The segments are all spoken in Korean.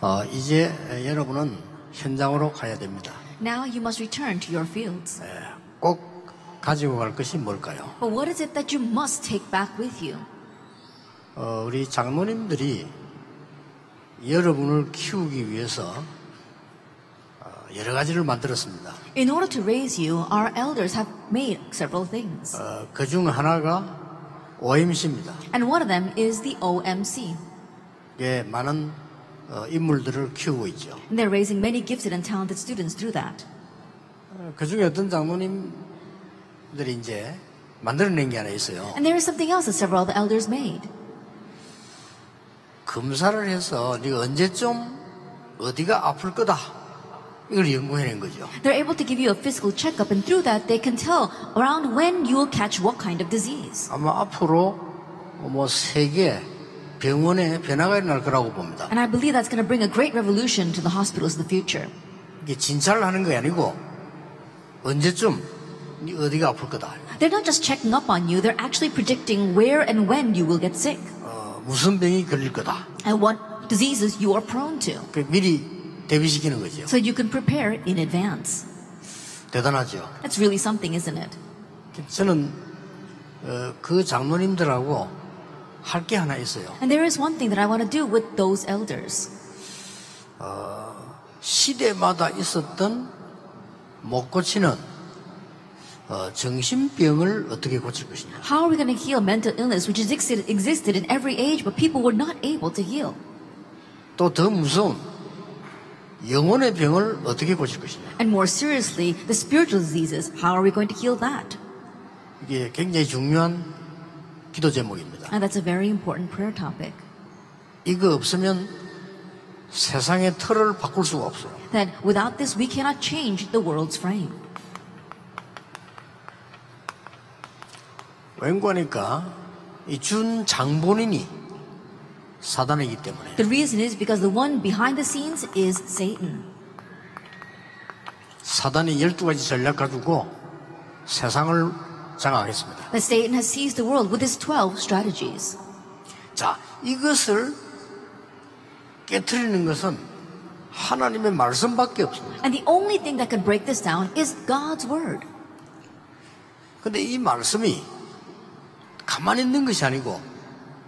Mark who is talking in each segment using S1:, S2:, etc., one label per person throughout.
S1: 어, 이제 여러분은 현장으로 가야 됩니다.
S2: Now you must return to your fields.
S1: 예, 꼭 가지고 갈 것이 뭘까요?
S2: But what is it that you must take back with you?
S1: 어, 우리 장모님들이 여러분을 키우기 위해서 어, 여러 가지를 만들었습니다.
S2: In order to raise you, our elders have made several things.
S1: 그 중 하나가 OMC입니다.
S2: And one of them is the OMC.
S1: 이게 많은 어, 인물들을 키우고 있죠.
S2: And they're raising many gifted and talented students through that.
S1: 그 중에 어떤 장모님들이 이제 만들어낸 게 하나 있어요.
S2: And there is something else that several other elders made.
S1: 검사를 해서 네가 언제쯤 어디가 아플 거다 이걸 연구해낸 거죠.
S2: They're able to give you a physical checkup, and through that, they can tell around when you will catch what kind of disease.
S1: 아마 앞으로 뭐 세계 병원에 변화가 일어날 거라고 봅니다.
S2: And I believe that's going to bring a great revolution to the hospitals in the future.
S1: 이게 진찰을 하는 게 아니고 언제쯤 네 어디가 아플 거다.
S2: They're not just checking up on you, they're actually predicting where and when you will get sick
S1: 어, 무슨 병이 걸릴 거다.
S2: and what diseases you are prone to.
S1: 그 미리 대비시키는 거죠.
S2: So you can prepare in advance.
S1: 대단하죠.
S2: That's really something, isn't it?
S1: 저는 어, 그 장로님들하고 할 게 하나 있어요.
S2: And there is one thing that I want to do with those elders.
S1: 시대마다 있었던 못 고치는 어, 정신병을 어떻게 고칠 것인가.
S2: How are we going to heal mental illness, which has existed, existed in every age, but people were not able to heal?
S1: 또 더 무서운 영혼의 병을 어떻게 고칠 것인가.
S2: And more seriously, the spiritual diseases, how are we going to heal that?
S1: 이게 굉장히 중요한 기도 제목입니다.
S2: And that's a very important prayer topic.
S1: 이거 없으면 세상의 틀을 바꿀 수가 없어요.
S2: That without this, we cannot change the world's frame.
S1: 왠고하니까 그러니까 이 준 장본인이 사단이기 때문에
S2: The reason is because the one behind the scenes is Satan.
S1: 사단이 12가지 전략 가지고 세상을 장악하겠습니다.
S2: That Satan has seized the world with his 12 strategies.
S1: 자, 이것을 깨뜨리는 것은 하나님의 말씀밖에 없습니다.
S2: And the only thing that can break this down is God's word.
S1: 근데 이 말씀이 가만히 있는 것이 아니고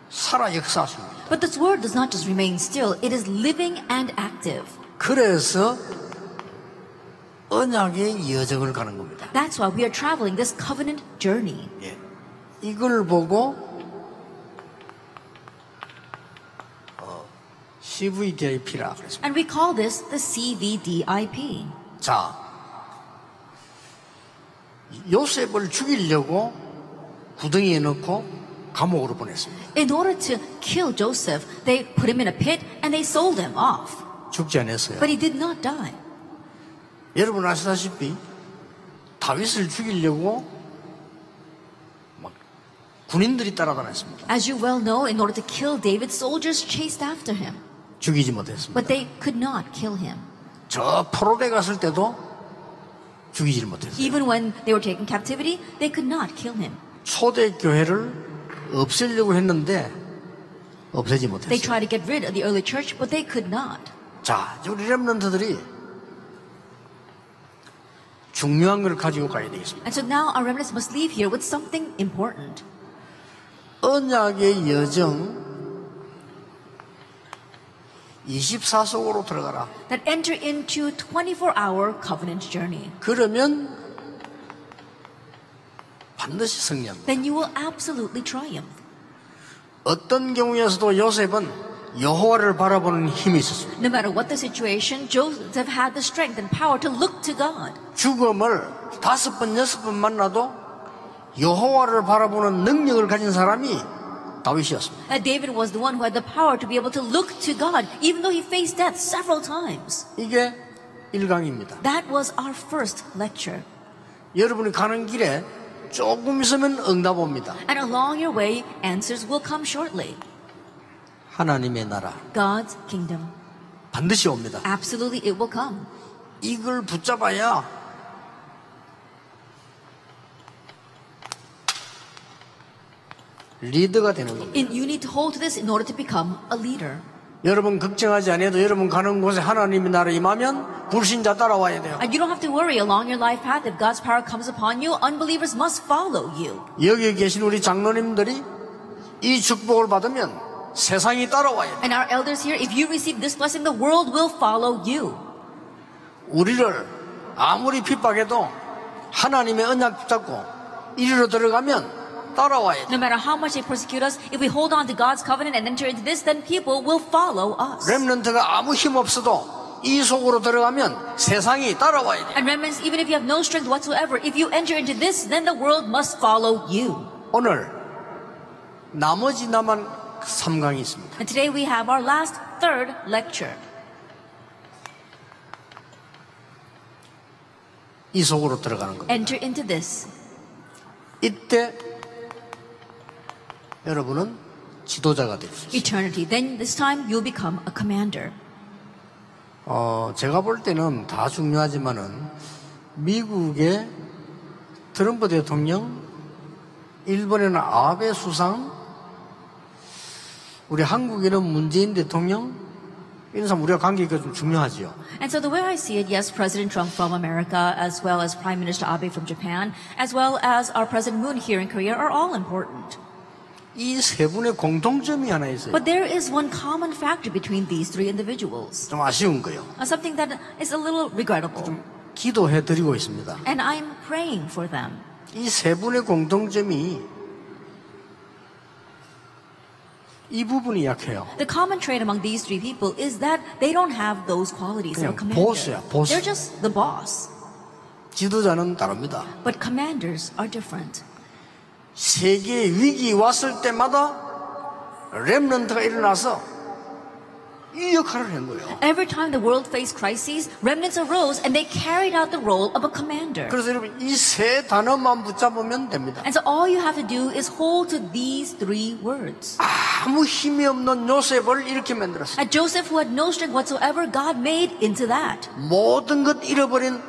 S1: 살아 역사하십니다.
S2: But this word does not just remain still, it is living and active.
S1: 그래서 언약의 여정을 가는 겁니다.
S2: That's why we are traveling this covenant journey.
S1: 예. 이걸 보고 어, CVDIP라 그랬습니다.
S2: And we call this the CVDIP.
S1: 자, 요셉을 죽이려고 구덩이에 넣고 감옥으로 보냈습니다.
S2: In order to kill Joseph, they put him in a pit and they sold him off.
S1: 죽지 않았어요.
S2: But he did not die.
S1: 여러분 아시다시피 다윗을 죽이려고 막 군인들이 따라다녔습니다.
S2: As you well know, in order to kill David, soldiers chased after him.
S1: 죽이지 못했습니다.
S2: But they could not kill him.
S1: 저 포로대 갔을 때도 죽이지 못했어요.
S2: Even when they were taken captivity, they could not kill him.
S1: 초대 교회를 없애려고 했는데 없애지
S2: They
S1: 못했어요.
S2: tried to get rid of the early church, but they could not.
S1: 자, 이제 우리 렘런트들이 중요한 걸 가지고 가야 되겠습니다.
S2: And so now our remnants must leave here with something important.
S1: 언약의 여정 24속으로 들어가라.
S2: that enter into 24-hour covenant journey.
S1: 그러면 반드시 승리합니다.
S2: Then you will absolutely triumph.
S1: 어떤 경우에서도 요셉은 여호와를 바라보는 힘이 있었습니다.
S2: No matter what the situation, Joseph had the strength and power to look to God.
S1: 죽음을 다섯 번, 여섯 번 만나도 여호와를 바라보는 능력을 가진 사람이 다윗이었습니다.
S2: That Uh, David was the one who had the power to be able to look to God, even though he faced death several times.
S1: 이게 일강입니다
S2: That was our first lecture.
S1: 여러분이 가는 길에 조금 있으면 응답 옵니다.
S2: And along your way, answers will come shortly.
S1: 하나님의 나라
S2: God's kingdom.
S1: 반드시 옵니다.
S2: Absolutely, it will come.
S1: 이걸 붙잡아야 리더가 되는 겁니다.
S2: And you need to hold to this in order to become a leader.
S1: 여러분 걱정하지 않아도 여러분 가는 곳에 하나님의 나라 임하면 불신자 따라와야 돼요.
S2: And you don't have to worry along your life path. If God's power comes upon you, unbelievers must follow you.
S1: 여기 계신 우리 장로님들이 이 축복을 받으면 세상이 따라와야 돼요.
S2: And our elders here, if you receive this blessing, the world will follow you.
S1: 우리를 아무리 핍박해도 하나님의 언약 붙잡고 이리로 들어가면 따라와야 돼.
S2: No matter how much they persecute us, if we hold on to God's covenant and enter into this, then people will follow us.
S1: 렘넌트가 아무 힘 없어도 이 속으로 들어가면 세상이 따라와야 돼.
S2: And remnants, even if you have no strength whatsoever, if you enter into this, then the world must follow you.
S1: 오늘 나머지 남은 3강이 있습니다.
S2: And today we have our last third lecture.
S1: 이 속으로 들어가는 겁니다.
S2: Enter into this.
S1: 이때 여러분은 지도자가 됩니다.
S2: Eternity. Then this time you'll become a commander.
S1: 어, 제가 볼 때는 다 중요하지만은 미국의 트럼프 대통령, 일본에는 아베 수상, 우리 한국에는 문재인 대통령 이런 사람 우리가 관계가 좀 중요하지요.
S2: And so the way I see it, yes, President Trump from America, as well as Prime Minister Abe from Japan, as well as our President Moon here in Korea are all important.
S1: 이 세 분의 공통점이 하나 있어요.
S2: But there is one common factor between these three individuals.
S1: 좀 아쉬운 거요.
S2: Uh, Something that is a little regrettable.
S1: 기도해 드리고 있습니다.
S2: And I'm praying for them.
S1: 이 세 분의 공통점이 이 부분이 약해요.
S2: The common trait among these three people is that they don't have those qualities of a
S1: 그냥
S2: commander.
S1: boss야, boss.
S2: They're just the boss.
S1: 지도자는 다릅니다.
S2: But commanders are different.
S1: 세계 위기 왔을 때마다 렘런트가 일어나서 이 역할을 한 거예요.
S2: Every time the world faced crises, remnants arose and they carried out the role of a commander.
S1: 그래서 여러분 이 세 단어만 붙잡으면 됩니다.
S2: And so all you have to do is hold to these three words.
S1: 아무 힘이 없는 요셉을 이렇게 만들었어요.
S2: And Joseph, who had no strength whatsoever, God made into that.
S1: 모든 것 잃어버린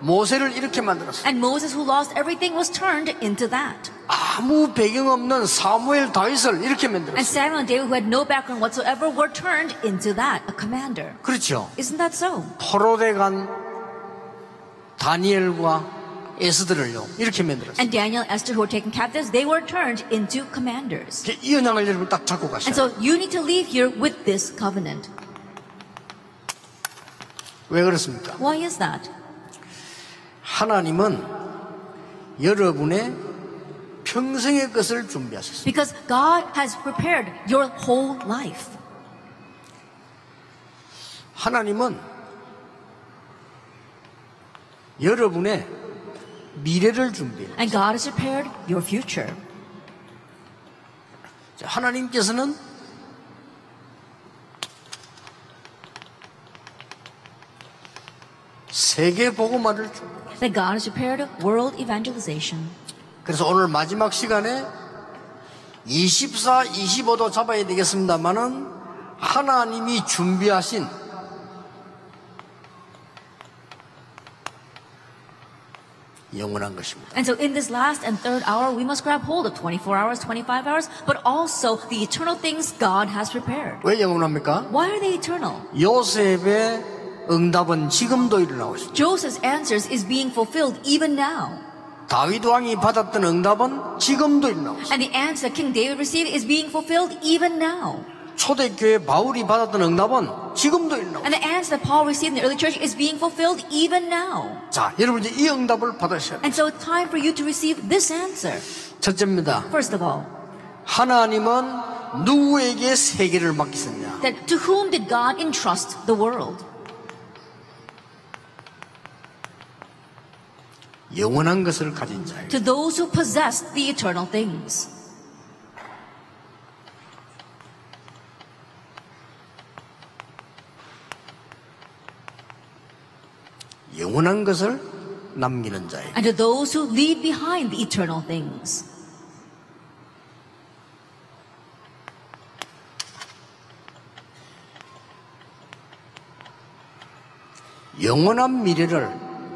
S1: 모세를 이렇게 만들었어요.
S2: And Moses, who lost everything, was turned into that.
S1: 아무 배경 없는 사무엘 다윗을 이렇게
S2: And
S1: 만들었어요.
S2: Samuel and David, who had no background whatsoever, were turned into that, a commander.
S1: 그렇죠.
S2: Isn't that so?
S1: 포로돼간 다니엘과 에스들을요. 이렇게 만들었어요.
S2: And Daniel, Esther, who were taken captives, they were turned into commanders.
S1: 이렇게 이 언양을 여러분 딱 잡고 가세요.
S2: And so you need to leave here with this covenant.
S1: 왜 그렇습니까?
S2: Why is that?
S1: 하나님은 여러분의 평생의 것을 준비하셨습니다.
S2: Because God has prepared your whole life.
S1: 하나님은 여러분의 미래를 준비해요.
S2: And God has prepared your future.
S1: 자, 하나님께서는 세계 복음화를 준비.
S2: That God has prepared world evangelization.
S1: 그래서 오늘 마지막 시간에 24, 25도 잡아야 되겠습니다만은 하나님이 준비하신 영원한 것입니다.
S2: And so in this last and third hour, we must grab hold of 24 hours, 25 hours, but also the eternal things God has prepared.
S1: 왜 영원합니까?
S2: Why are they eternal?
S1: 요셉의 응답은 지금도 일어나고 있습니다.
S2: Joseph's answers is being fulfilled even now.
S1: 다윗 왕이 받았던 응답은 지금도 일어나고 있습니다.
S2: And the answer King David received is being fulfilled even now.
S1: 초대교회 바울이 받았던 응답은 지금도 일어나고
S2: And the answer that Paul received in the early church is being fulfilled even now.
S1: 있습니다. 자, 여러분 이제 이 응답을 받으셔야 돼요.
S2: And so it's time for you to receive this answer.
S1: 첫째입니다.
S2: First of all,
S1: 하나님은 누구에게 세계를 맡기셨냐?
S2: that to whom did God entrust the world?
S1: 영원한 것을 가진 자에게.
S2: To those who possess the eternal things.
S1: 영원한 것을 남기는 자에게.
S2: And to those who leave behind the eternal things.
S1: 영원한 미래를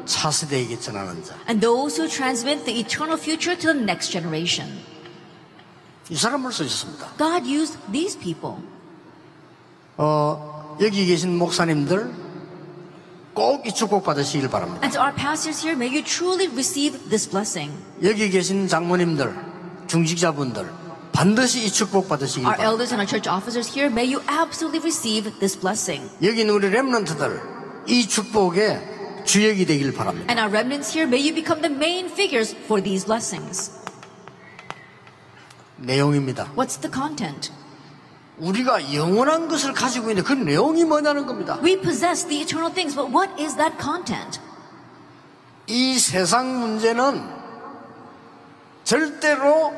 S1: 차세대에게 전하는 자.
S2: And those who transmit the eternal future to the next generation.
S1: 이 사람을 쓰셨습니다.
S2: God used these people.
S1: 어, 어, 여기 계신 목사님들 꼭 이 축복 받으시길 바랍니다.
S2: And to our pastors here, may you truly receive this blessing.
S1: 여기 계신 장모님들, 중직자분들 반드시 이 축복 받으시길
S2: Our
S1: 바랍니다.
S2: elders and our church officers here, may you absolutely receive this blessing.
S1: 여기 있는 우리 렘런트들 이 축복의 주역이 되길 바랍니다.
S2: And our remnants here, may you become the main figures for these blessings.
S1: 내용입니다.
S2: What's the content?
S1: 우리가 영원한 것을 가지고 있는 그 내용이 뭐냐는 겁니다.
S2: We possess the eternal things, but what is that content?
S1: 이 세상 문제는 절대로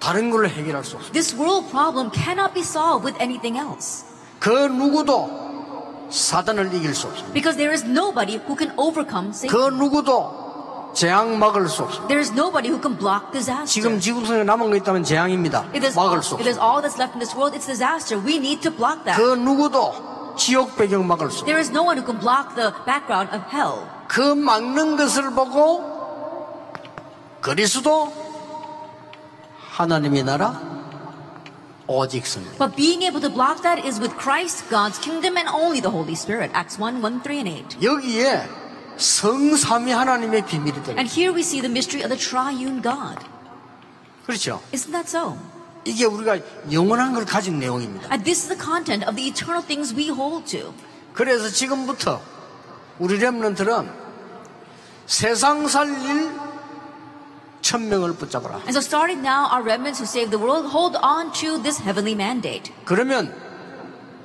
S1: 다른 걸로 해결할 수 없어요.
S2: This world problem cannot be solved with anything else
S1: 그 누구도 사단을 이길 수 없습니다.
S2: because there is nobody who can overcome
S1: 그
S2: Satan.
S1: 누구도 재앙 막을 수 없습니다.
S2: There is nobody who can block disaster.
S1: 지금 지구상에 남은 거 있다면 재앙입니다.
S2: If there's,
S1: 막을 수
S2: if there's
S1: 없습니다.
S2: all that's left in this world, it's disaster. We need to block that.
S1: 그 누구도 지옥 배경 막을 수 없습니다.
S2: There is no one who can block the background of hell.
S1: 그 막는 것을 보고 그리스도 하나님의 나라 오직 성
S2: But being able to block that is with Christ, God's kingdom, and only the Holy Spirit. Acts 1 1, 3, and 8.
S1: 여기에 성삼위 하나님의 비밀이 들어
S2: And here we see the mystery of the triune God.
S1: 그렇죠.
S2: Isn't that so?
S1: 이게 우리가 영원한 걸 가진 내용입니다.
S2: And this is the content of the eternal things we hold to.
S1: 그래서 지금부터 우리 렘런트는 세상 살릴 천명을 붙잡아라.
S2: And so starting now, our remnants who save the world hold on to this heavenly mandate.
S1: 그러면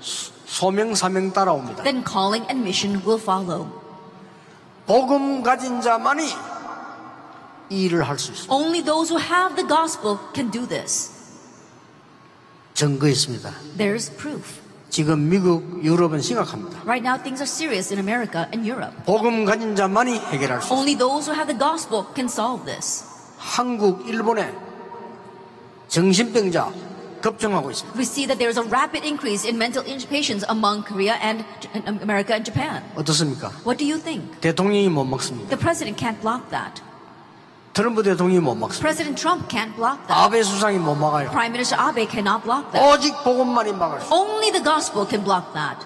S1: 소- 소명 사명 따라옵니다.
S2: Then calling and mission will follow.
S1: 복음 가진 자만이 이 일을 할 수 있습니다.
S2: Only those who have the gospel can do this.
S1: 증거했습니다.
S2: There's proof.
S1: 지금 미국, 유럽은 심각합니다.
S2: Right now, things are serious in America and Europe.
S1: 복음 가진 자만이 해결할 수 있습니다.
S2: Only those who have the gospel can solve this.
S1: 한국, 일본에 정신병자 급증하고 있습니다.
S2: We see that there is a rapid increase in mental in- patients among Korea and and America and Japan.
S1: 어떻습니까?
S2: What do you think?
S1: 대통령이 못 막습니다.
S2: The president can't block that.
S1: 트럼프 대통령이 못 막습니다.
S2: President Trump can't block that.
S1: 아베 수상이 못 막아요.
S2: Prime Minister Abe cannot block that.
S1: 오직 복음만이 막을 수.
S2: Only the gospel can block that.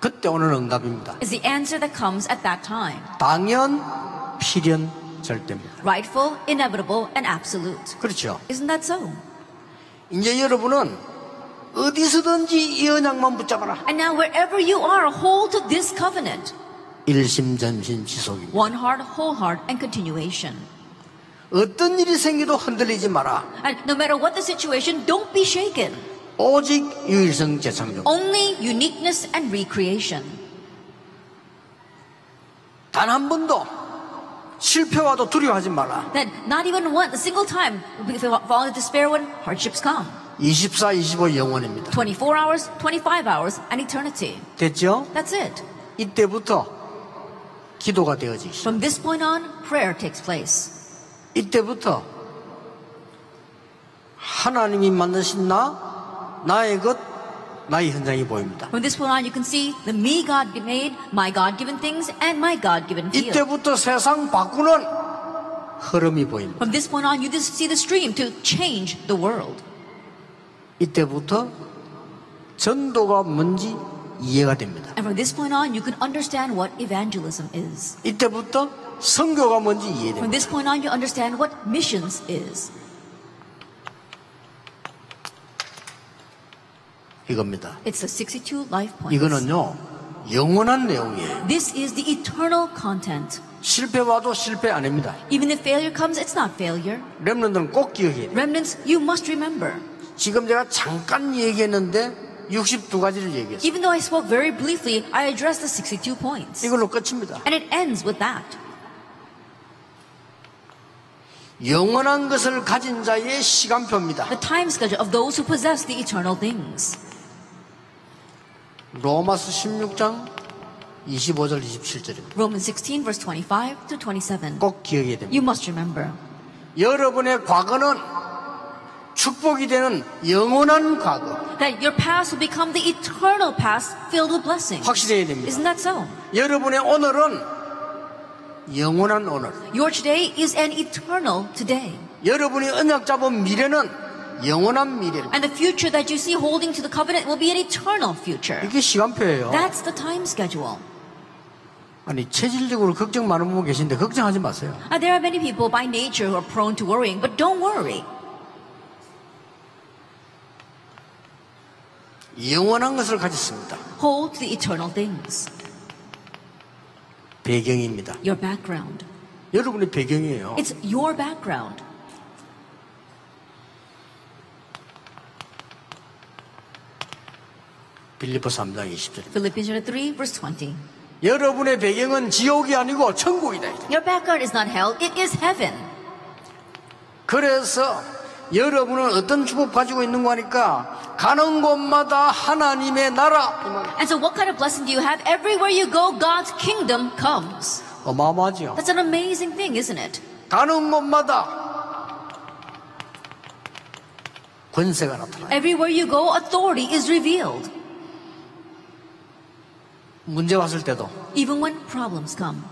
S1: 그때 오는 응답입니다.
S2: Is the answer that comes at that time.
S1: 당연, 필연, 절대입니다.
S2: Rightful, inevitable, and absolute.
S1: 그렇죠.
S2: Isn't that so?
S1: 이제 여러분은 어디서든지 이 언약만 붙잡아라.
S2: And now, wherever you are, hold to this covenant.
S1: 일심전심 지속입니다.
S2: One heart, whole heart, and continuation.
S1: 어떤 일이 생겨도 흔들리지 마라.
S2: And no matter what the situation, don't be shaken.
S1: 오직 유일성 재창조.
S2: Only uniqueness and recreation.
S1: 단 한 번도 실패와도 두려워하지 마라.
S2: that not even one a single time if we fall into despair when hardships come
S1: 24, 25 영원입니다.
S2: 24 hours 25 hours and eternity
S1: 됐죠?
S2: that's it
S1: 이때부터 기도가 되어지기
S2: from this point on prayer takes place
S1: 이때부터 하나님이 만드신 나, 나의 것, 나의 현장이 보입니다.
S2: from this point on you can see the me god made my god given things and my god given field
S1: 이때부터 세상 바꾸는 흐름이 보입니다.
S2: from this point on you just see the stream to change the world
S1: 이때부터 전도가 뭔지 이해가 됩니다.
S2: and from this point on you can understand what evangelism is
S1: 이때부터 성교가 뭔지
S2: from
S1: 이해됩니다.
S2: this point on you understand what missions is
S1: 이겁니다.
S2: it's the 62 life points
S1: 이거는요, 영원한 내용이에요.
S2: this is the eternal content
S1: 실패 와도 실패 아닙니다.
S2: even if failure comes it's not failure
S1: 랩런들은 꼭 기억해야 돼요.
S2: Remnants, you must remember.
S1: 지금 제가 잠깐 얘기했는데 62가지를 얘기했어요.
S2: Even though I spoke very briefly, I addressed the 62 points.
S1: 이걸로 끝입니다.
S2: And it ends with that.
S1: 영원한 것을 가진 자의 시간표입니다.
S2: The time schedule of those who possess the eternal things.
S1: 로마서 16장 25절 27절입니다.
S2: Romans 16, verse 25 to 27.
S1: 꼭 기억해야 됩니다.
S2: You must remember.
S1: 여러분의 과거는 축복이 되는 영원한 과거.
S2: That your past will become the eternal past filled with blessings.
S1: 확실해야 됩니다.
S2: Isn't that so?
S1: 여러분의 오늘은 영원한 오늘.
S2: Your today is an eternal today.
S1: 여러분이 언약 잡은 미래는 영원한 미래입니다.
S2: And the future that you see holding to the covenant will be an eternal future.
S1: 이게 시간표예요.
S2: That's the time schedule.
S1: 아니 체질적으로 걱정 많은 분 계신데 걱정하지 마세요.
S2: Uh, there are many people by nature who are prone to worrying, but don't worry.
S1: 영원한 것을 가졌습니다.
S2: Hold to the eternal things.
S1: 배경입니다.
S2: Your background.
S1: 여러분의 배경이에요.
S2: It's your background.
S1: 빌리포 3장 20절.
S2: Philippians chapter 3, verse 20.
S1: 여러분의 배경은 지옥이 아니고 천국이다.
S2: Your background is not hell, it is heaven.
S1: 그래서 여러분은 어떤 축복 가지고 있는 거니까 가는 곳마다 하나님의 나라 이 말이에요.
S2: And so, what kind of blessing do you have? Everywhere you go, God's kingdom comes.
S1: 어마어마하죠.
S2: That's an amazing thing, isn't it?
S1: 가는 곳마다 권세가 나타나요.
S2: Everywhere you go, authority is revealed,
S1: 문제 왔을 때도
S2: even when problems come,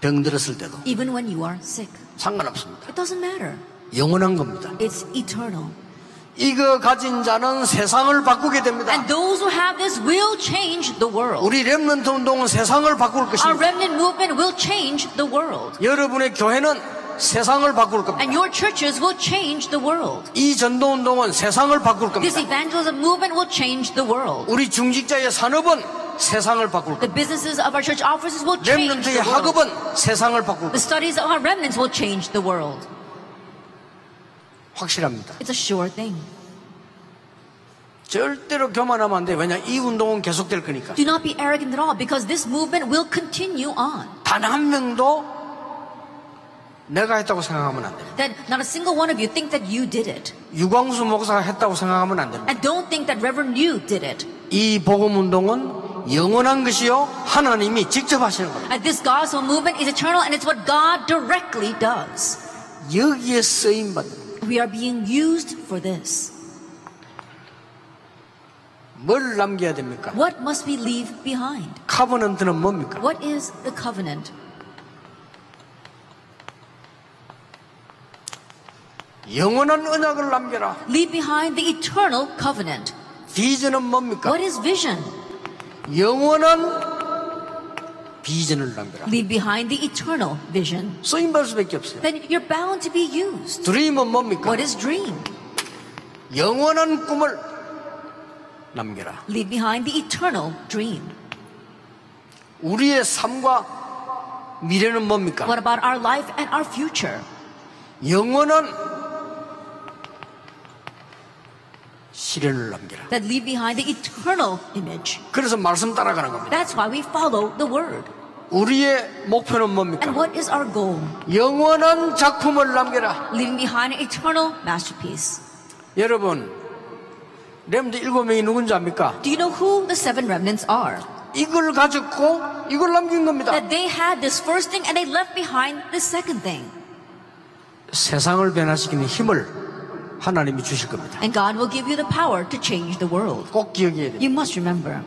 S1: 병들었을 때도
S2: even when you are sick.
S1: 상관없습니다.
S2: It doesn't matter,
S1: 영원한 겁니다.
S2: it's eternal.
S1: 이거 가진 자는 세상을 바꾸게 됩니다.
S2: And those who have this will change the world.
S1: 우리 렘넌트 운동은 세상을 바꿀
S2: Our
S1: 것입니다.
S2: remnant movement will change the world.
S1: 여러분의 교회는 세상을 바꿀
S2: And
S1: 겁니다.
S2: your churches will change the world.
S1: 이 전도 운동은 세상을 바꿀
S2: This
S1: 겁니다.
S2: evangelism movement will change the world.
S1: 우리 중직자의 산업은 세상을 바꿀
S2: The
S1: 겁니다.
S2: businesses of our church offices
S1: 그
S2: will change
S1: 렘넌트의
S2: the world.
S1: 학업은 세상을 바꿀 겁니다.
S2: The studies of our remnants will change the world.
S1: 확실합니다.
S2: It's a sure thing.
S1: 절대로 교만하면 안 돼. 왜냐 이 운동은 계속될 거니까.
S2: Do not be arrogant at all because this movement will continue on.
S1: 단 한 명도 내가 했다고 생각하면 안 됩니다.
S2: That not a single one of you think that you did it.
S1: 유광수 목사가 했다고 생각하면 안 됩니다.
S2: And don't think that Reverend Yu did it.
S1: 이 복음 운동은 영원한 것이요 하나님이 직접 하시는 겁니다.
S2: And this gospel movement is eternal and it's what God directly does.
S1: 여기에 쓰임 받는
S2: We are being used for this.
S1: 뭘 남겨야 됩니까?
S2: What must we leave behind?
S1: 카버넌트는 뭡니까?
S2: What is the covenant?
S1: 영원한 언약을 남겨라.
S2: Leave behind the eternal covenant.
S1: 비전은 뭡니까?
S2: What is vision?
S1: 영원한 비전을 남겨라.
S2: Leave behind the eternal vision.
S1: 쓰임 받을 수밖에 없어요.
S2: Then you're bound to be used.
S1: 드림은 뭡니까?
S2: What is dream?
S1: 영원한 꿈을 남겨라.
S2: Leave behind the eternal dream.
S1: 우리의 삶과 미래는 뭡니까?
S2: What about our life and our future?
S1: 영원한 시련을 남겨라.
S2: That leave behind the eternal image.
S1: 그래서 말씀 따라가는 겁니다.
S2: That's why we follow the word.
S1: 우리의 목표는 뭡니까?
S2: And what is our goal?
S1: 영원한 작품을 남겨라.
S2: Leaving behind an eternal masterpiece.
S1: 여러분, 렘드 일곱 명이 누군지 압니까?
S2: Do you know who the seven remnants are?
S1: 이걸 가졌고 이걸 남긴 겁니다.
S2: That they had this first thing and they left behind the second thing.
S1: 세상을 변화시키는 힘을 하나님이 주실 겁니다.
S2: And God will give you the power to change the world.
S1: 꼭 기억해야 돼요.
S2: You must remember.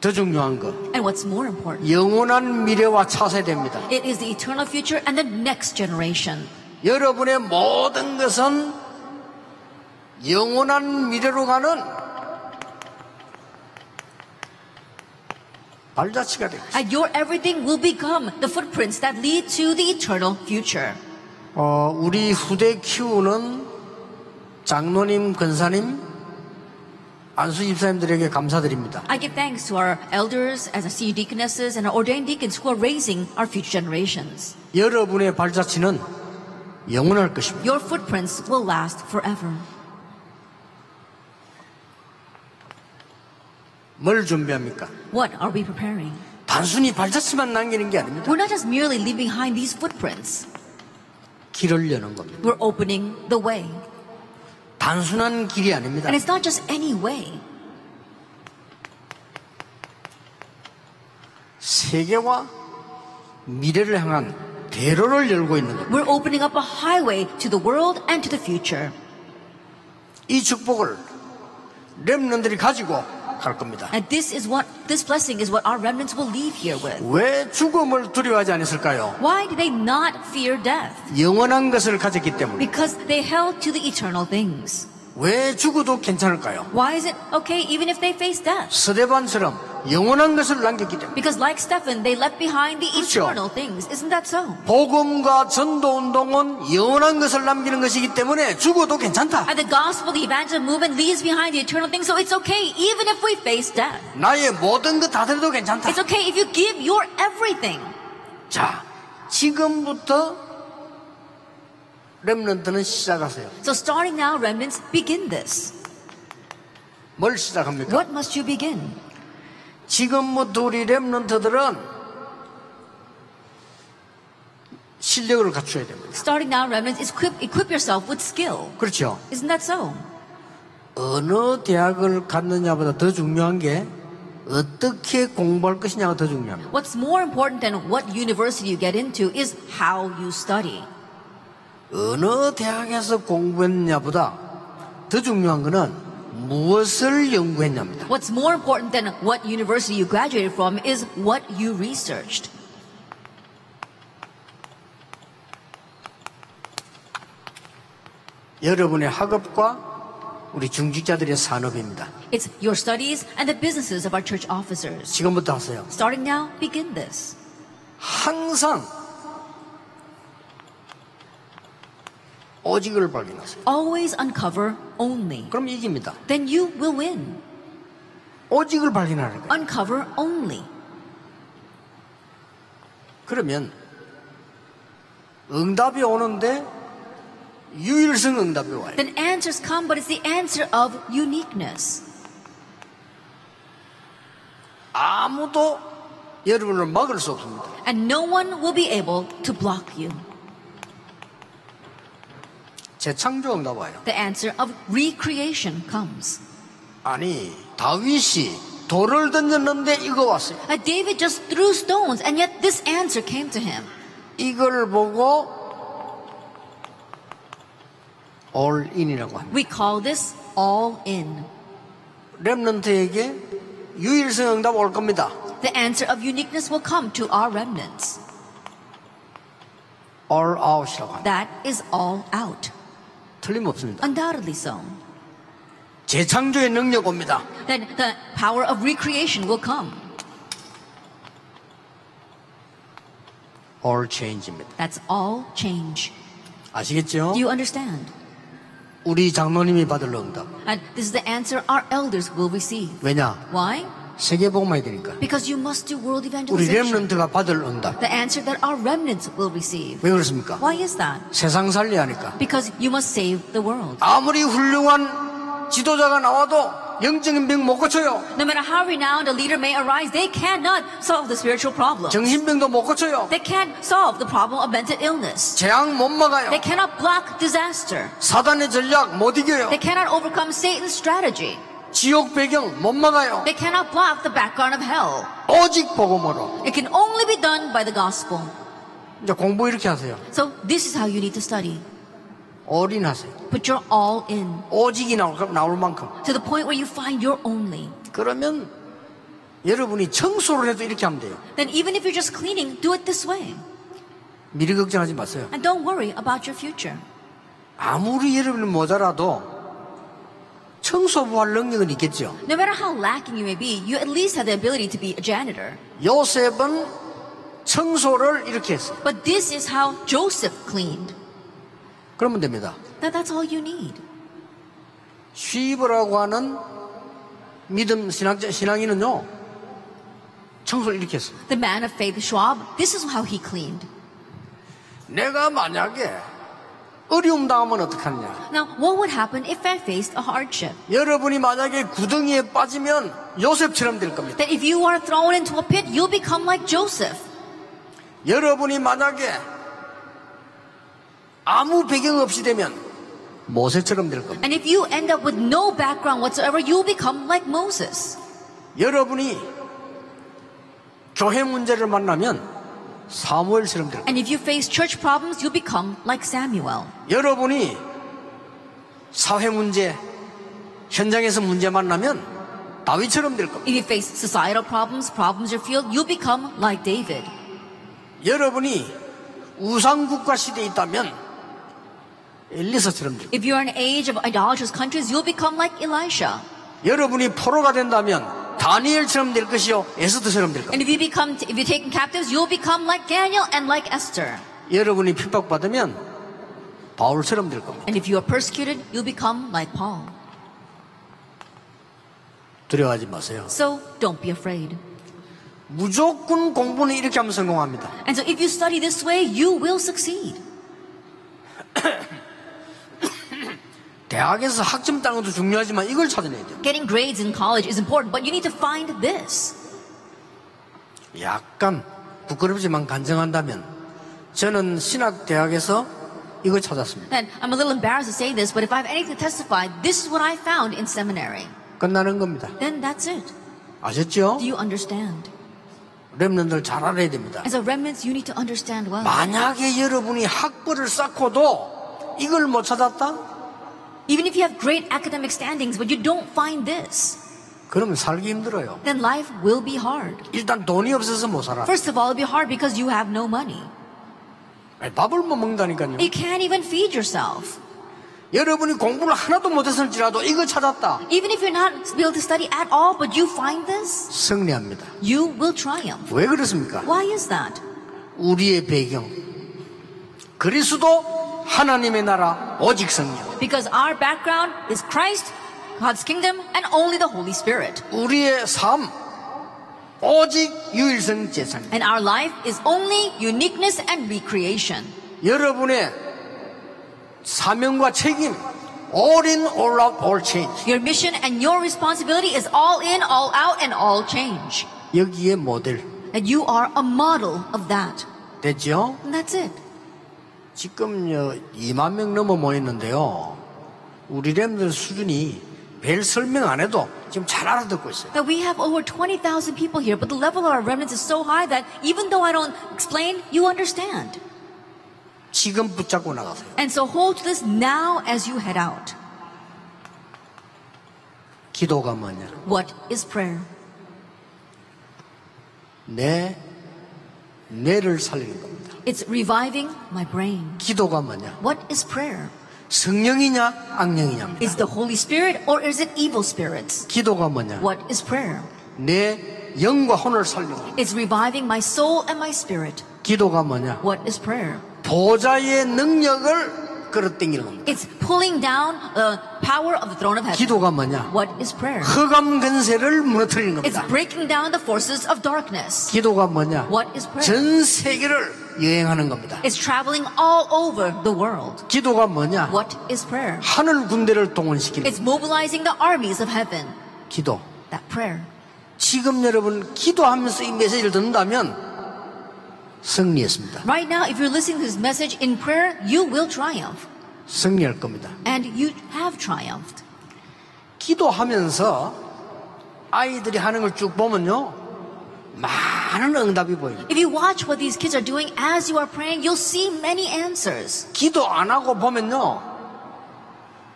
S1: 더 중요한 거,
S2: And what's more important,
S1: 영원한 미래와 차세대입니다.
S2: it is the eternal future and the next generation.
S1: 여러분의 모든 것은 영원한 미래로 가는 발자취가 됩니다.
S2: And your everything will become the footprints that lead to the eternal future.
S1: 어, 우리 후대 키우는 장로님, 권사님, 안수 집사님들에게 감사드립니다.
S2: I give thanks to our elders, as our CU deaconesses, and our ordained deacons who are raising our future generations.
S1: 여러분의 발자취는 영원할 것입니다.
S2: Your footprints will last forever.
S1: 뭘 준비합니까?
S2: What are we preparing?
S1: 단순히 발자취만 남기는 게 아닙니다.
S2: We're not just merely leaving behind these footprints,
S1: 길을 여는 겁니다.
S2: we're opening the way.
S1: 단순한 길이 아닙니다.
S2: And it's not just any way,
S1: 세계와 미래를 향한 대로를 열고 있는 겁니다.
S2: we're opening up a highway to the world and to the future.
S1: 이 축복을 렘런들이 가지고 갈 겁니다.
S2: And this is what this blessing is what our remnants will leave here with.
S1: 왜 죽음을 두려워하지 않았을까요?
S2: Why did they not fear death?
S1: 영원한 것을 가졌기 때문에.
S2: Because they held to the eternal things.
S1: 왜 죽어도 괜찮을까요?
S2: Why is it okay even if they face death?
S1: 스데반처럼 영원한 것을 남겼기 때문에.
S2: Because like Stephen, they left behind the
S1: 그렇죠.
S2: eternal things. Isn't that so?
S1: 복음과 전도 운동은 영원한 것을 남기는 것이기 때문에 죽어도 괜찮다.
S2: And the gospel, the evangelism movement leaves behind the eternal things, so it's okay even if we face death.
S1: 나의 모든 것 다 드려도 괜찮다.
S2: It's okay if you give your everything.
S1: 자, 지금부터 렘런트는 시작하세요.
S2: So starting now, remnants, begin this.
S1: 뭘 시작합니까?
S2: What must you begin?
S1: 지금부터 우리 렘런트들은 실력을 갖춰야 됩니다.
S2: Starting now, remnants, equip, equip yourself with skill.
S1: 그렇죠?
S2: Isn't that so?
S1: 어느 대학을 갔느냐보다 더 중요한 게 어떻게 공부할 것이냐가 더 중요합니다.
S2: What's more important than what university you get into is how you study.
S1: 어느 대학에서 공부했느냐보다 더 중요한 거는 무엇을 연구했냐입니다.
S2: What's more important than what university you graduated from is what you researched.
S1: 여러분의 학업과 우리 중직자들의 산업입니다.
S2: It's your studies and the businesses of our church officers.
S1: 지금부터 하세요.
S2: Starting now, begin this.
S1: 항상 오직을 발견하세요.
S2: Always uncover only.
S1: 그럼 이깁니다.
S2: Then you will win.
S1: 오직을 발견하는 거예요.
S2: Uncover only.
S1: 그러면 응답이 오는데 유일성 응답이 와요.
S2: Then answers come, but it's the answer of uniqueness.
S1: 아무도 여러분을 막을 수 없습니다.
S2: And no one will be able to block you.
S1: 재창조 응답 와요.
S2: The answer of recreation comes.
S1: 아니 다윗이 돌을 던졌는데 이거 왔어요.
S2: Uh, David just threw stones, and yet this answer came to him.
S1: 이걸 보고 올인이라고 합니다.
S2: We call this all in.
S1: 렘넌트에게 유일성 응답 올 겁니다.
S2: The answer of uniqueness will come to our remnants.
S1: 올 아웃이라고 합니다.
S2: That is all out.
S1: 틀림없습니다.
S2: Undoubtedly so.
S1: 재창조의 능력 옵니다.
S2: Then the power of recreation will come.
S1: 올 체인지입니다.
S2: That's all change.
S1: 아시겠죠?
S2: Do you understand?
S1: 우리 장로님이 받을 응답.
S2: And this is the answer our elders will receive.
S1: 왜냐?
S2: Why?
S1: 세계복음이 되니까.
S2: Because you must do world
S1: 우리
S2: evangelization.
S1: 렘넌트가 받을 응답.
S2: The answer that our remnants will receive.
S1: 왜 그렇습니까?
S2: Why is that?
S1: 세상 살려야 하니까.
S2: Because you must save the world.
S1: 아무리 훌륭한 지도자가 나와도 영적인 병 못 고쳐요.
S2: No matter how renowned a leader may arise, they cannot solve the spiritual problem.
S1: 정신병도 못 고쳐요.
S2: They can't solve the problem of mental illness.
S1: 재앙 못
S2: They
S1: 막아요.
S2: cannot block disaster.
S1: 사단의 전략 못 이겨요.
S2: They cannot overcome Satan's strategy.
S1: 지옥 배경 못 막아요.
S2: They cannot block the background of hell.
S1: 오직 복음으로.
S2: It can only be done by the gospel.
S1: 이제 공부 이렇게 하세요.
S2: So this is how you need to study.
S1: 올인하세요.
S2: Put your all in
S1: 오직이 나올, 것- 나올 만큼.
S2: to the point where you find your only.
S1: 그러면 여러분이 청소를 해도 이렇게 하면 돼요.
S2: Then even if you're just cleaning, do it this way.
S1: 미리 걱정하지 마세요.
S2: And don't worry about your future.
S1: 아무리 여러분이 모자라도 청소부할 능력은 있겠죠.
S2: No matter how lacking you may be, you at least have the ability to be a janitor.
S1: 요셉은 청소를 이렇게 했어요.
S2: But this is how Joseph cleaned.
S1: 그러면 됩니다.
S2: That, that's all you need.
S1: 쉬브라고 하는 믿음 신학자, 신앙인은요, 청소를 이렇게 했어요.
S2: The man of faith, Schwab, this is how he cleaned.
S1: 내가 만약에 어려움 당하면 어떡하냐.
S2: Now, what would happen if I faced a hardship?
S1: 여러분이 만약에 구덩이에 빠지면 요셉처럼 될 겁니다.
S2: That if you are thrown into a pit, you'll become like Joseph.
S1: 여러분이 만약에 아무 배경 없이 되면 모세처럼 될 겁니다.
S2: And if you end up with no background whatsoever, you'll become like Moses.
S1: 여러분이 교회 문제를 만나면 사무엘처럼 될 겁니다.
S2: And if you face church problems, you'll become like Samuel.
S1: 여러분이 사회 문제, 현장에서 문제 만나면 다윗처럼 될 겁니다.
S2: If you face societal problems, problems you feel, you become like David.
S1: 여러분이 우상국가 시대에 있다면 엘리사처럼 될 겁니다.
S2: If you're in an age of idolatrous countries, you'll become like Elisha.
S1: 여러분이 포로가 된다면 다니엘처럼 될 것이요 에스더처럼 될 겁니다.
S2: And if you become, if you're taken captives, you'll become like Daniel and like Esther.
S1: 여러분이 핍박받으면 바울처럼 될 겁니다.
S2: And if you are persecuted, you'll become like Paul.
S1: 두려워하지 마세요.
S2: So don't be afraid.
S1: 무조건 공부는 이렇게 하면 성공합니다.
S2: And so if you study this way, you will succeed.
S1: 대학에서 학점 따는 것도 중요하지만 이걸 찾아내야 돼요.
S2: Getting grades in college is important, but you need to find this.
S1: 약간 부끄럽지만 간증한다면 저는 신학대학에서 이걸 찾았습니다.
S2: And I'm a little embarrassed to say this, but if I have anything to testify, this is what I found in seminary.
S1: 끝나는 겁니다.
S2: Then that's it.
S1: 아셨죠?
S2: Do you understand?
S1: 렘런들 잘 알아야 됩니다.
S2: As a remnants, you need to understand well.
S1: 만약에 여러분이 학벌을 쌓고도 이걸 못 찾았다?
S2: Even if you have great academic standings, but you don't find this,
S1: 그러면 살기 힘들어요.
S2: then life will be hard.
S1: 일단 돈이 없어서 못 살아.
S2: First of all, it'll be hard because you have no money.
S1: 아니, 밥을 못 먹는다니까요.
S2: You can't even feed yourself.
S1: 여러분이 공부를 하나도 못했을지라도 이거 찾았다.
S2: Even if you're not able to study at all, but you find this,
S1: 승리합니다.
S2: you will triumph.
S1: 왜 그렇습니까?
S2: Why is that?
S1: 우리의 배경. 그리스도 하나님의 나라 오직 성령.
S2: Because our background is Christ, God's kingdom, and only the Holy Spirit.
S1: 우리의 삶 오직 유일성 재산.
S2: And our life is only uniqueness and recreation.
S1: 여러분의 사명과 책임 all in all out all change.
S2: Your mission and your responsibility is all in, all out, and all change.
S1: 여기에 모델
S2: And you are a model of that.
S1: 됐죠?
S2: And that's it.
S1: 지금 여 2만 명 넘어 모였는데요. 우리 렘들 수준이 별 설명 안 해도 지금 잘 알아듣고 있어요.
S2: That we have over 20,000 people here, but the level of our remnants is so high that even though I don't explain, you understand.
S1: 지금 붙잡고 나가세요.
S2: And so hold to this now as you head out.
S1: 기도가 뭐냐?
S2: What is prayer?
S1: 내 뇌를 살리는 겁니다.
S2: It's reviving my brain.
S1: 기도가 뭐냐?
S2: What is prayer?
S1: 성령이냐 악령이냐입니다.
S2: Is the Holy Spirit or is it evil spirits?
S1: 기도가 뭐냐?
S2: What is prayer?
S1: 내 영과 혼을 살리는 겁니다.
S2: It's reviving my soul and my spirit.
S1: 기도가 뭐냐?
S2: What is prayer?
S1: 보좌의 능력을 끌어당기는 겁니다.
S2: It's pulling down the power of the throne of heaven.
S1: 기도가 뭐냐?
S2: What is prayer?
S1: 흑암 근세를 무너뜨리는
S2: It's
S1: 겁니다.
S2: breaking down the forces of darkness.
S1: 기도가 뭐냐?
S2: What is prayer?
S1: 전 세계를 여행하는 겁니다.
S2: It's traveling all over the world.
S1: 기도가 뭐냐?
S2: What is prayer?
S1: 하늘 군대를 동원시키는
S2: It's mobilizing the armies of heaven.
S1: 기도.
S2: That prayer.
S1: 지금 여러분 기도하면서 이 메시지를 듣는다면 승리했습니다.
S2: Right now, if you're listening to this message in prayer, you will triumph.
S1: 승리할 겁니다.
S2: And you have triumphed.
S1: 기도하면서 아이들이 하는 걸 쭉 보면요. 많은 응답이 보입니다.
S2: If you watch what these kids are doing as you are praying, you'll see many answers.
S1: 기도 안 하고 보면요.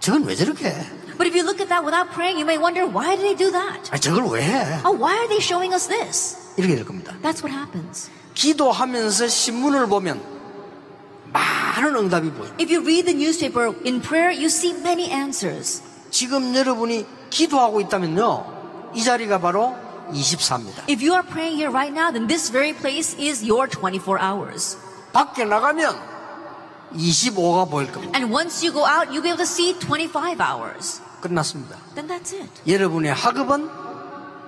S1: 저건 왜 저렇게 해?
S2: But if you look at that without praying, you may wonder, why did they do that?
S1: 아, 저걸 왜 해?
S2: Oh, why are they showing us this?
S1: 이렇게 될 겁니다.
S2: That's what happens.
S1: 기도하면서 신문을 보면 많은 응답이 보입니다.
S2: If you read the newspaper in prayer, you see many answers.
S1: 지금 여러분이 기도하고 있다면요. 이 자리가 바로 24입니다.
S2: If you are praying here right now, then this very place is your 24 hours.
S1: 밖에 나가면 25가 보일 겁니다.
S2: And once you go out, you'll be able to see 25 hours.
S1: 끝났습니다.
S2: Then that's it.
S1: 여러분의 학업은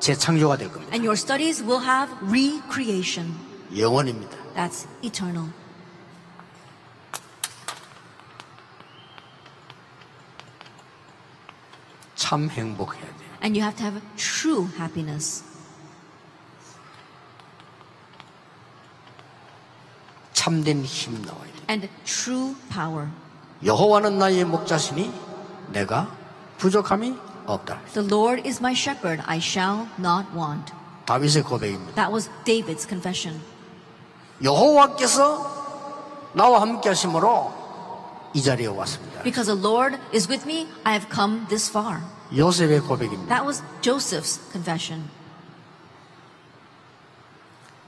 S1: 재창조가 될 겁니다.
S2: And your studies will have recreation.
S1: 영원입니다.
S2: That's eternal.
S1: 참 행복해야 돼요.
S2: And you have to have true happiness.
S1: 참된 힘 나와야 돼요.
S2: and true power.
S1: 여호와는 나의 목자시니 내가 부족함이 없다.
S2: The Lord is my shepherd, I shall not want.
S1: 다윗의 고백입니다.
S2: That was David's confession.
S1: 여호와께서 나와 함께 하심으로 이 자리에 왔습니다.
S2: Because the Lord is with me, I have come this far.
S1: 요셉의 고백입니다.
S2: That was Joseph's confession.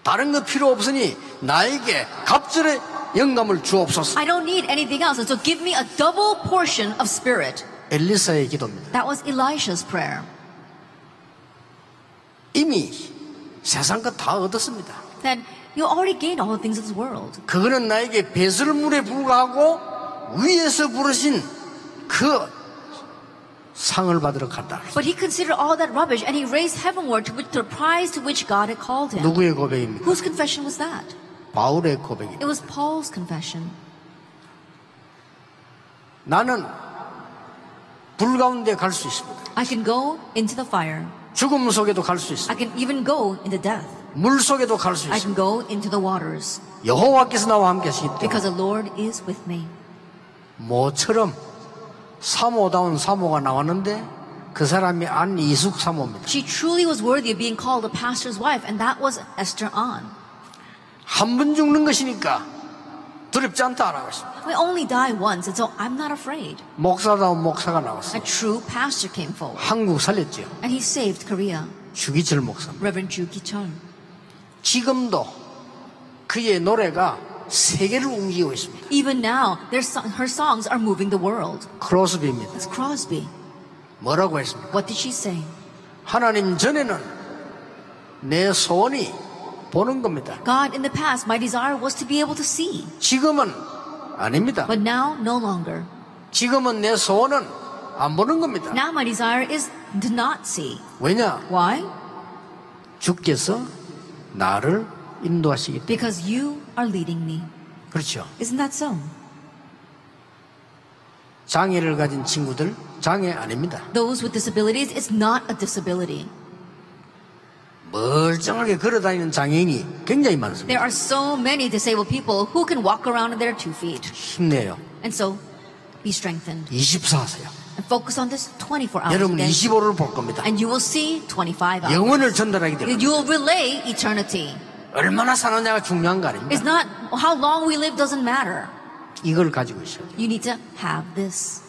S1: 다른 거 필요 없으니 나에게 갑절의 영감을 주옵소서.
S2: I don't need anything else, and so give me a double portion of spirit.
S1: 엘리사의 기도입니다.
S2: That was Elisha's prayer.
S1: 이미 세상 것 다 얻었습니다.
S2: Then you already gained all the things of this world.
S1: 그거는 나에게 배설물에 불과하고 위에서 부르신 그 상을 받으러 간다.
S2: But he considered all that rubbish and he raised heavenward to which the prize to which God had called him.
S1: 누구의 고백입니까?
S2: Whose confession was that?
S1: 바울의 고백입니다.
S2: It was Paul's confession.
S1: 나는 불 가운데 갈 수 있습니다.
S2: I can go into the fire.
S1: 죽음 속에도 갈 수
S2: I
S1: 있습니다.
S2: can even go into death.
S1: 물 속에도 갈 수
S2: I can
S1: 있습니다.
S2: go into the waters
S1: 여호와께서 나와 함께 하시기 때문에
S2: because the Lord is with me.
S1: 모처럼 사모다운 사모가 나왔는데 그 사람이 안이숙 사모입니다.
S2: She truly was worthy of being called a pastor's wife, and that was Esther An.
S1: 한 번 죽는 것이니까 두렵지 않다라고 했습니다.
S2: We only die once, and so I'm not afraid.
S1: 목사다운 목사가 나왔어요.
S2: A true pastor came forward,
S1: 한국 살렸지요.
S2: and he saved Korea.
S1: 주기철 목사.
S2: Reverend Ju Ki-chul.
S1: 지금도 그의 노래가 세계를 옮기고 있습니다.
S2: Even now, their so- her songs are moving the world.
S1: 크로스비입니다.
S2: It's Crosby.
S1: 뭐라고 했습니까?
S2: What did she say?
S1: 하나님 전에는 내 소원이 보는 겁니다.
S2: God, in the past, my desire was to be able to see,
S1: 지금은 아닙니다.
S2: but now no longer.
S1: 지금은 내 소원은 안 보는 겁니다.
S2: Now my desire is to not see.
S1: 왜냐?
S2: Why?
S1: 주께서 나를 인도하시기 때문에.
S2: Because you are leading me.
S1: 그렇죠.
S2: Isn't that so?
S1: 장애를 가진 친구들 장애 아닙니다.
S2: Those with disabilities, it's not a disability.
S1: 멀쩡하게 걸어다니는 장애인이 굉장히 많습니다.
S2: There are so many disabled people who can walk around on their two feet.
S1: 힘내요.
S2: And so, be strengthened
S1: 24세요.
S2: and focus on this 24 hours a
S1: 여러분
S2: day.
S1: 25를 볼 겁니다.
S2: And you will see 25 hours.
S1: 영혼을 전달하기 때문에
S2: You will relay eternity.
S1: 얼마나 사느냐가 중요한 거
S2: It's
S1: 아닙니까?
S2: not how long we live doesn't matter.
S1: 이걸 가지고 있어요.
S2: You need to have this.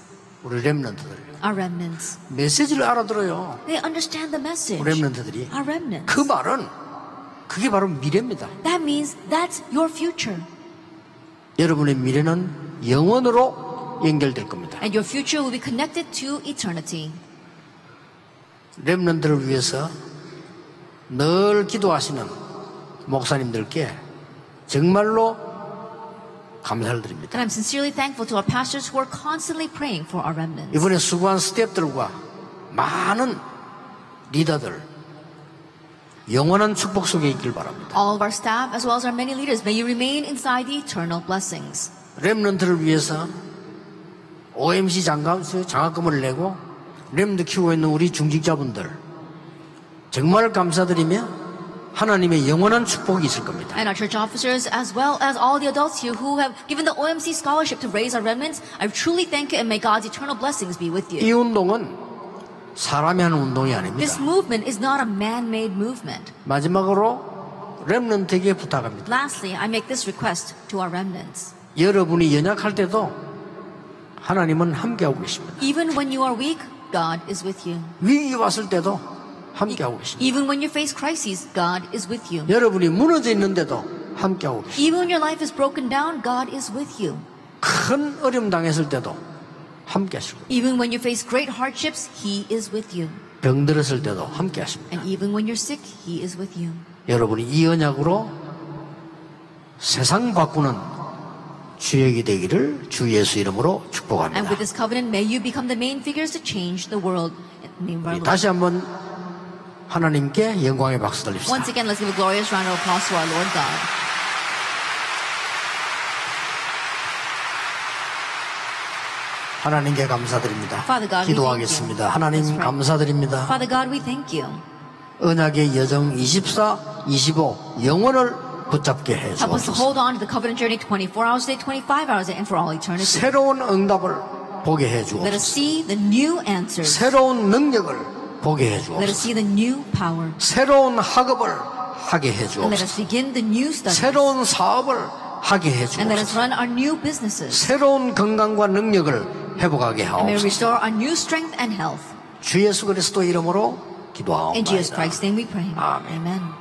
S1: 우리 렘런트들
S2: Our remnants.
S1: 메시지를 알아들어요.
S2: They understand the message.
S1: 우리 렘런트들이
S2: Our remnants.
S1: 그 말은 그게 바로 미래입니다.
S2: That means that's your future.
S1: 여러분의 미래는 영원으로 연결될 겁니다.
S2: And your future will be connected to eternity.
S1: 렘런들을 위해서 늘 기도하시는 목사님들께 정말로 감사를 드립니다.
S2: And I'm sincerely thankful to our pastors who are constantly praying for our remnants.
S1: 이번에 수고한 스태프들과 많은 리더들 영원한 축복 속에 있길 바랍니다.
S2: All of our staff, as well as our many leaders, may you remain inside the eternal blessings.
S1: 렘런트를 위해서 OMC 장가, 장학금을 내고 렘드 키우고 있는 우리 중직자분들 정말 감사드리며 하나님의 영원한 축복이 있을 겁니다.
S2: And our church officers, as well as all the adults here who have given the OMC scholarship to raise our remnants, I truly thank you and may God's eternal blessings be with you.
S1: 이 운동은 사람이 하는 운동이
S2: This
S1: 아닙니다.
S2: movement is not a man made movement.
S1: 마지막으로 렘런트에게 부탁합니다.
S2: Lastly, I make this request to our remnants.
S1: 여러분이 연약할 때도 하나님은 함께하고 계십니다.
S2: Even when you are weak, God is with you.
S1: 위기 왔을 때도 함께하고 계십니다.
S2: Even when you face crises, God is with you.
S1: 여러분이 무너져 있는데도 함께하고 계십니다.
S2: Even when your life is broken down, God is with you.
S1: 큰 어려움 당했을 때도 함께하시고
S2: Even when you face great hardships, He is with you.
S1: 병들었을 때도 함께하십니다.
S2: And even when you're sick, He is with you.
S1: 여러분이 이 언약으로 세상 바꾸는 주역이 되기를 주 예수 이름으로
S2: And with
S1: 축복합니다.
S2: this covenant, may you become the main figures to change the world. In the name of our Lord.
S1: 다시 한번 하나님께 영광의 박수 돌립시다.
S2: Once again, let's give a glorious round of applause to our Lord God.
S1: 하나님께 감사드립니다.
S2: Father God, we thank you.
S1: 기도하겠습니다. 하나님
S2: Let's pray.
S1: 감사드립니다.
S2: Father God, we thank you.
S1: 언약의 여정 24, 25 영원을 붙잡게 해
S2: Help us to
S1: 주옵소서.
S2: hold on to the covenant journey 24 hours a day, 25 hours a day, and for all eternity.
S1: 새로운 응답을 보게 해
S2: Let
S1: 주옵소서.
S2: us see the new answers.
S1: 새로운 능력을 보게 해
S2: Let
S1: 주옵소서.
S2: us see the new power.
S1: 새로운 학업을 하게 해
S2: And let
S1: 주옵소서.
S2: us begin the new study.
S1: 새로운 사업을 하게
S2: and let us
S1: 해주옵소서.
S2: run our new businesses.
S1: 새로운 건강과 능력을 회복하게
S2: And may we
S1: 하옵소서.
S2: restore our new strength and health.
S1: 주 예수 그리스도 이름으로
S2: In Jesus
S1: 기도하옵나이다.
S2: Christ's name we pray.
S1: Amen.
S2: Amen.